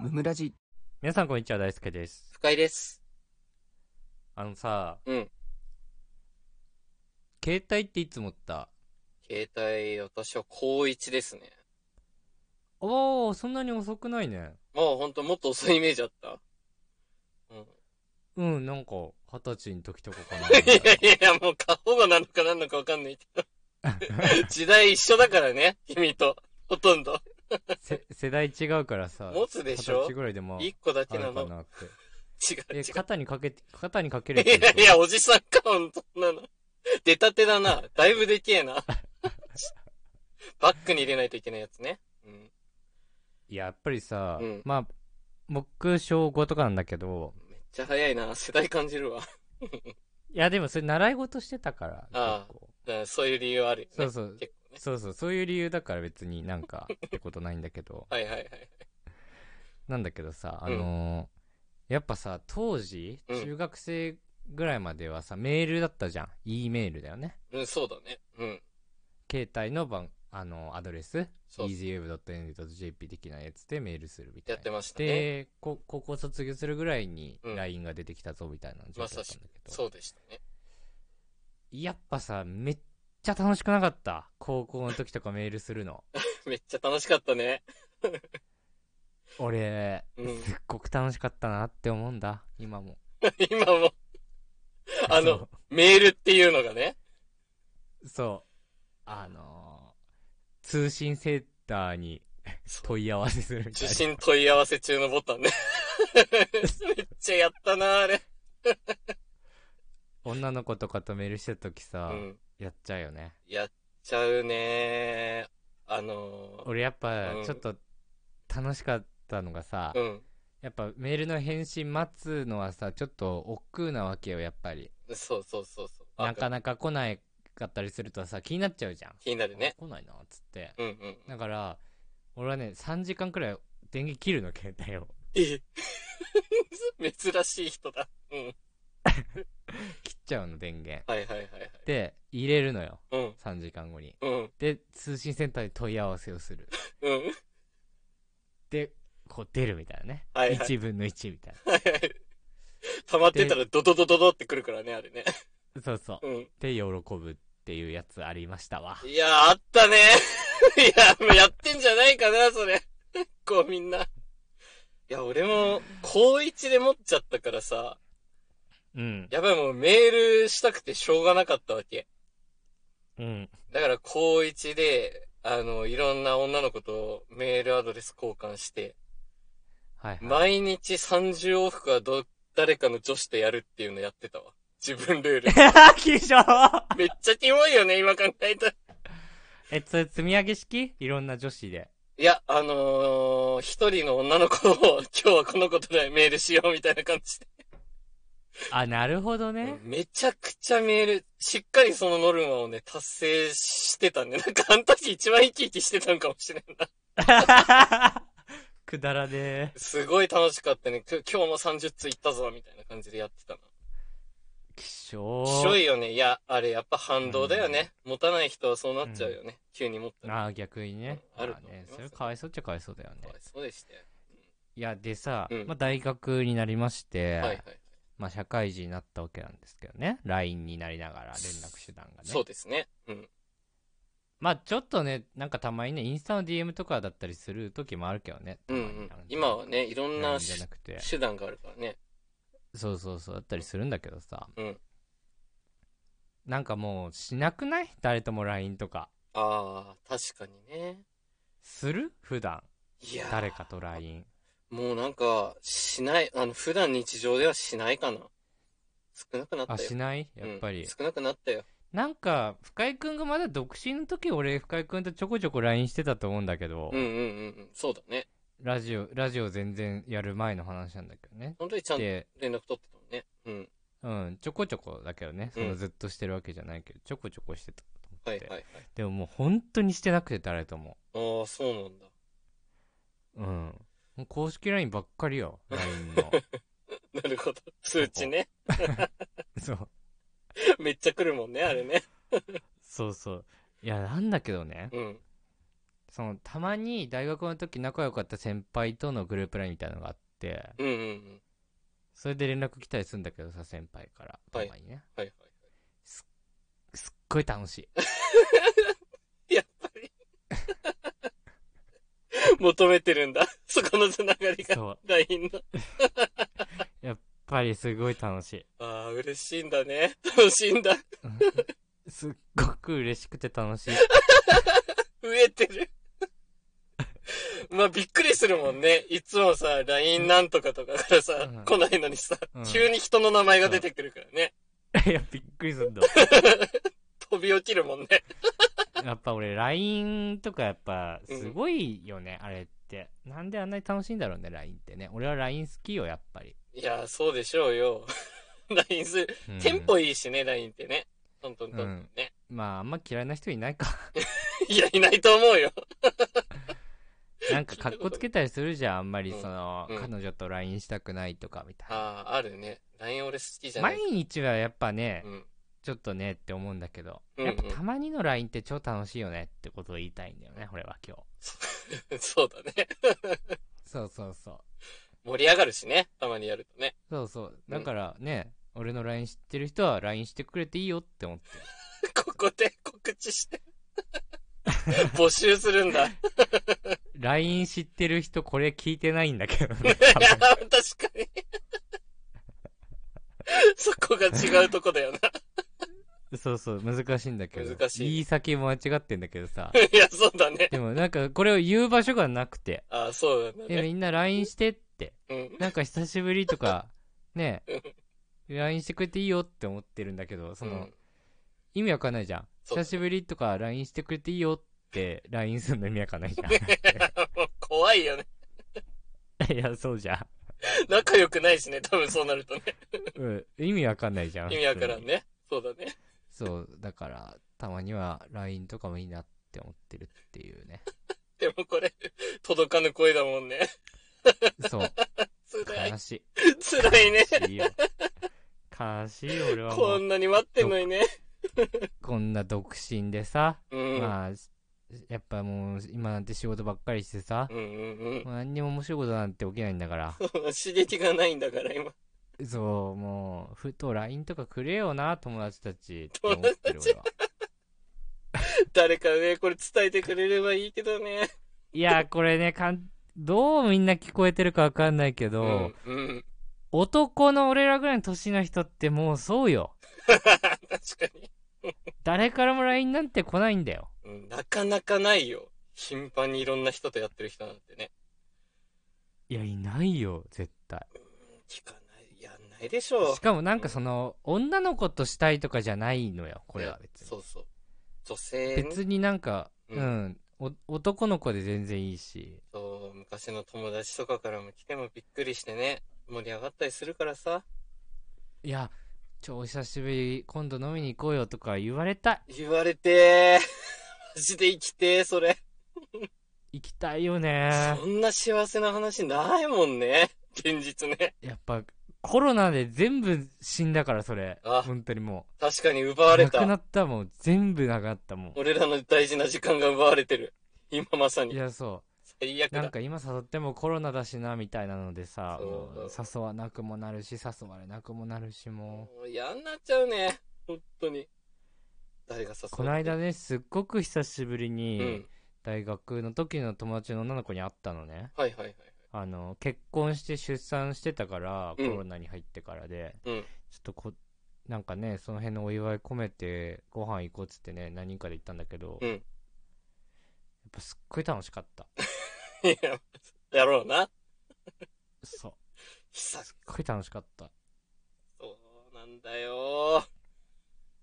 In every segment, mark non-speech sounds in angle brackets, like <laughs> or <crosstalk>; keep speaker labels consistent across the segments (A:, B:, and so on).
A: ムムラジ
B: 皆さんこんにちは、大輔です。
C: 不快です。
B: あのさ、
C: うん。
B: 携帯っていつ持った
C: 携帯、私は高1ですね。
B: おー、そんなに遅くないね。
C: まあほんともっと遅いイメージあった。うん。
B: うん、なんか、二十歳の時とかかな。
C: いやいやいや、もう過保護なのか何なのかわかんないけ
B: <laughs>
C: ど。時代一緒だからね、君と。ほとんど。 <laughs>
B: せ世代違うからさ。
C: 持つでしょ
B: 二十歳ぐらいでも、
C: 一個だ
B: あ
C: けな
B: るか
C: の。
B: なって。
C: 違う違
B: え、
C: う。
B: 肩にかけて、肩にかける
C: いやいや、
B: や
C: おじさんか、ほんとなの。出たてだな。だいぶでけえな。バッグに入れないといけないやつね。うん。
B: つやっぱりさ、
C: うん
B: まあ、僕、小5とかなんだけど、
C: めっちゃ早いな。世代感じるわ。
B: いや、でもそれ習い事してたから
C: あ、
B: 結構。
C: うんそういう理由あるよね。
B: そうそう
C: 結構ね。
B: そうそう、そういう理由だから別になんか、ってことないんだけど。
C: はいはいはい。
B: なんだけどさ、あ
C: うん
B: のーやっぱさ、当時、
C: うん
B: 中学生ぐらいまではさ、メールだったじゃん。E メールだよね。
C: うん、そうだね。うん。
B: 携帯の番、あのーアドレス、
C: そう
B: easyweb.n.jp 的なやつでメールするみたい
C: や
B: な
C: っ。てましたね。
B: で、こ高校卒業するぐらいに
C: うん
B: LINE が出てきたぞみたいな状況だったんだけど、
C: そうでしたね。 <laughs>
B: やっぱさ、めっちゃ楽しくなかった。高校の時とかメールするの。
C: めっちゃ楽しかったね。
B: 俺、
C: うん
B: <laughs> すっごく楽しかったなって思うんだ、今も。
C: 今も、あの
B: そう、
C: メールっていうのがね。
B: そう。あのー通信センターに問い合わせするみたい
C: 受
B: な。
C: 信問い合わせ中のボ
B: <laughs>
C: タンね。めっちゃやったな、あれ。
B: 女の子とかとメールしてるとき
C: う
B: さ、
C: ん。
B: やっちゃうよね。
C: やっちゃうねあの
B: 俺やっぱ
C: うん
B: ちょっと楽しかったのがさ、
C: ー、うん。
B: やっぱメールの返信待つのはさ、ちょっと億劫なわけよ、やっぱり。
C: そうそうそうそう。
B: なか
C: な
B: なか来ないかったりするとさ、気になっちゃうじゃん。
C: 気になるね。
B: あ来ないな、つって。
C: うんうん。
B: だから、俺はね、3時間くらい電源切るの、携帯を。
C: え <laughs> 珍しい人だ。うん。
B: 切っちゃうの、電源。
C: はいはいはいはい。
B: で、入れるのよ、
C: うん。
B: 3時間後に。
C: うん。
B: で通信センターに問い合わせをする
C: うん。
B: でこう出るみたいなね、
C: はいはい
B: 1分の1みたい
C: はいはい。 <laughs> 溜まってたらドドドドドってくるからね、あれね。
B: なそうそう
C: うん。
B: で喜ぶっていうやつありましたわ
C: いやー、あったね。 <laughs> いや、もうやってんじゃないかな、それ。 <laughs> 結構みんな。いや、俺も、高1で持っちゃったからさ、
B: うん
C: やばいもうメールしたくてしょうがなかったわけ。
B: うん
C: だから高1で、あの、いろんな女の子とメールアドレス交換して、
B: はい <laughs> はい、
C: 毎日30往復はど、誰かの女子とやるっていうのやってたわ。自分ルール。
B: 急所
C: めっちゃキモいよね、今考えたら。
B: えそれ積み上げ式いろんな女子で
C: いや、あのー、一人の女の子を今日はこのことでメールしようみたいな感じで。
B: あなるほどね、
C: めちゃくちゃメール、しっかりそのノルマをね、達成してたんで、なんかあの時一番生き生きしてたんかもしれんな。
B: <laughs> くだらねえ
C: すごい楽しかったね。きょ今日も30通いったぞ、みたいな感じでやってたな。
B: きしょ
C: きしょ
B: い
C: いよね。いや、あれやっぱ反動だよね。持たない人はそうなっちゃうよね。急に持ったら。
B: あー逆にね
C: ある
B: ま
C: と
B: あ
C: 思い
B: ね
C: ます
B: それかわいそうっちゃかわいそうだよね
C: そうでしたよ。
B: いやでさ、
C: うん
B: まあ、大学になりまして、
C: はいはい。
B: まあ、社会人になったわけなんですけどね LINE になりながら連絡手段がね
C: そうですね。うん。
B: まあちょっとねなんかたまにねインスタの DM とかだったりする時もあるけどね
C: うんうん。今はね、いろ
B: そ
C: ん
B: ん
C: な
B: なじゃなくて
C: 手段があるからね。
B: そうそうそうだったりするんだけどさ、
C: うん
B: なんかもうしなくない誰とも LINE とか
C: ああ、確かにね。
B: する普段
C: いやー
B: 誰かと LINE
C: もうなんか、しない、あの、普段日常ではしないかな。少なくなった
B: あ
C: よ。
B: しないやっぱり、
C: うん少なくなったよ。
B: なんか深井君がまだ独身の時俺深井君とちょこちょこ LINE してたと思うんだけど、
C: うんうんうんうん。そうだね。
B: ラジオラジオ全然やる前の話なんだけどね
C: 本当にちゃんと
B: で
C: 連絡取ってたもんね。うん。
B: うん、ちょこちょこだけどね、そ
C: うん
B: のずっとしてるわけじゃないけど、ちょこちょこしてたと
C: は
B: 思
C: い
B: っ
C: は
B: て。
C: いはい。
B: でももう本当にしてなくて誰とも。
C: ああ、そうなんだ。 <laughs>
B: うん。もう公式 LINE ばっかりよ、LINE の。 <laughs>
C: なるほど。通知ね。 <laughs>
B: そう。
C: めっちゃ来るもんね、あれね。
B: そうそう。いや、なんだけどね、
C: うん。
B: そのたまに大学の時仲良かった先輩とのグループラインみたいなのがあって
C: うんうんうん。
B: それで連絡来たりするんだけどさ先輩から
C: はい
B: パパにね
C: はいはい。
B: すっごい楽しい
C: <laughs> 求めてるんだ。そこのつながりが。
B: そう
C: LINE の。
B: やっぱりすごい楽しい
C: ああ、嬉しいんだね。楽しいんだ。
B: すっごく嬉しくて楽しい
C: 飢えてる。 <laughs> まあ、びっくりするもんね。いつもさ、LINE なんとかとかからさ、
B: うん
C: 来ないのにさ、
B: うん <laughs>
C: 急に人の名前が出てくるからね。
B: いやびっくりすんだ
C: 飛び起きるもんね。
B: やっぱ俺 LINE とかやっぱすごいよね、あれってなんであんなに楽しいんだろうね LINE ってね俺は LINE 好きよやっぱり、
C: いやー、そうでしょうよ。LINE する。
B: うん
C: テンポいいしね、LINE ってね。トントントントンね。
B: まああんま嫌いな人い
C: <laughs>
B: ないか
C: いや、いないと思うよ。
B: なんか格好つけたりするじゃんあんまりその、
C: うんうん
B: 彼女と LINE したくないとかみたいな、
C: ああ、あるね。LINE 俺好きじゃない
B: 毎。日はやっぱね、
C: うん。
B: ちょっとねって思うんだけど、
C: うんうん
B: やっぱたまにの LINE って超楽しいよねってことを言いたいんだよね俺は今日
C: <laughs> そうだね。
B: そうそうそう
C: 盛り上がるしね。たまにやるとね。 <laughs>
B: そうそうだからね、俺の LINE 知ってる人は LINE してくれていいよって
C: <laughs>
B: 思って
C: ここで告知して。
B: <laughs>
C: 募集するんだ。い
B: LINE 知ってる人これ聞いてないんだけど
C: <laughs>
B: ね
C: や、確か
B: <laughs>
C: に。そこが違うとこだよな。
B: そうそう難しいんだけど
C: 難しい
B: 言い先も間違ってんだけどさ
C: いや、そうだね。
B: でもなんかこれを言う場所がなくて
C: ああ、そうだ
B: で
C: ね。
B: みんな LINE してって
C: うん。
B: なんか久しぶりとかね LINE してくれていいよって思ってるんだけどその、
C: うん
B: 意味わかんないじゃん
C: そうだ
B: 久
C: ね
B: しぶりとか LINE してくれていいよって LINE するの意味わかんないじ
C: <laughs>
B: ゃ
C: もう怖いよね。
B: んいやそうじゃん、
C: 仲良くないしね。多分そうなるとね。
B: うん、意味わかんないじゃん
C: 意味わから
B: 普
C: ん
B: 通に
C: ね。そうだね。
B: そうだからたまには LINE とかもいいなって思ってるっていう
C: <laughs>
B: ね
C: でもこれ、届かぬ声だもんね。
B: そう
C: 辛い
B: 悲。しい
C: 辛いね。
B: 悲しいよ悲しいよ俺はも
C: こ
B: うん
C: なに待ってんのにね。
B: こんな独身でさ、
C: うん。
B: まあやっぱもう今なんて仕事ばっかりしてさ
C: う、んうん
B: もう何にも面白いことなんて起きないんだから
C: うん。刺激がないんだから、今。
B: そう、もう、ふと LINE とかくれよな、友達たちって思ってる俺
C: <laughs>
B: は。
C: 誰かね、これ伝えてくれればいいけどね。
B: いや、これね、かん、どうみんな聞こえてるかわかんないけど、
C: うん。うん。 <laughs>
B: 男の俺らぐらいの年の人ってもうそうよ。
C: 確かに。
B: 誰からも LINE なんて来ないんだよ。
C: うんなかなかないよ。頻繁にいろんな人とやってる人なんてね。
B: いや、いないよ、絶対。
C: 聞かない。やんないでしょう
B: し。かもなんかその、女の子としたいとかじゃないのよ、これは別に。
C: そうそう。女性に
B: 別になんか、
C: うん
B: うん、お男の子で全然いいし。
C: そう、昔の友達とかからも来てもびっくりしてね、盛り上がったりするからさ、
B: いや、ちょ、お久しぶり、今度飲みに行こうよとか言われたい。
C: 言われてー、 <laughs> マジで生きてー、それ。
B: 行きたいよね
C: そんな幸せな話ないもんね、現実ね。
B: やっぱコロナで全部死んだからそれ
C: あ
B: 本当にも
C: 確かに奪
B: う
C: われ
B: なくな
C: た。
B: ったもん全部なくなったもん
C: 俺らの大事な時間が奪われてる。今まさ
B: い
C: に。
B: やそ
C: 最悪
B: うなん
C: だ。
B: か今誘ってもコロナだしなみたいなのでさ
C: そう
B: もう誘わなくもなるし誘われなくもなるしも
C: もう嫌になっちゃうね、本当に。誰が誘う
B: うこの間ねすっごく久しぶり
C: う
B: に
C: ん。
B: 大学の時の友達の女の子に会ったのね
C: はいはいはい。
B: あの結婚して出産してたから
C: う
B: コ
C: ん
B: ロナに入ってからで、
C: うん
B: ちょっとこなんかねその辺のお祝い込めてご飯行こうっつってね何人かで行ったんだけど、
C: うん
B: やっぱすっごい楽しか
C: <laughs>
B: った
C: い <laughs> や、やろうな。
B: そう
C: 久々
B: すっごい楽しかった
C: そうなんだよ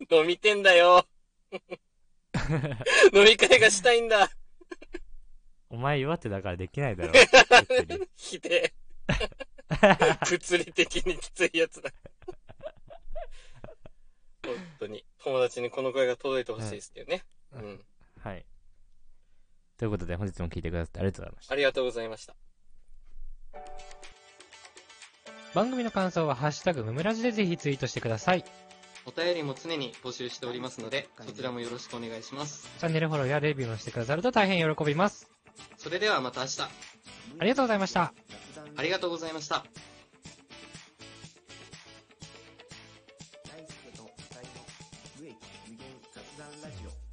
C: ー。飲みてん
B: <laughs>
C: だよー。飲み会がしたいんだ。
B: お前岩手だからできないだ
C: <laughs>
B: ろ別に
C: ひ
B: <laughs>
C: でえ。物理的にきついやつだ。本当に。友達にこの声が届いてほしいですけどね。う
B: うん
C: ん。
B: はいということで本日も聞いてくださってありがとうございました
C: ありがとうございました。
B: 番組の感想は「ハッシュタグむむらじ」でぜひツイートしてください
C: お便りも常に募集しておりますので、そちらもよろしくお願いします。
B: チャンネルフォローやレビューもしてくださると大変喜びます。
C: それではまた明日、
B: ありがとうございました。
C: ありがとうございました。
A: 大輔と二人の無益無限雑談ラジオ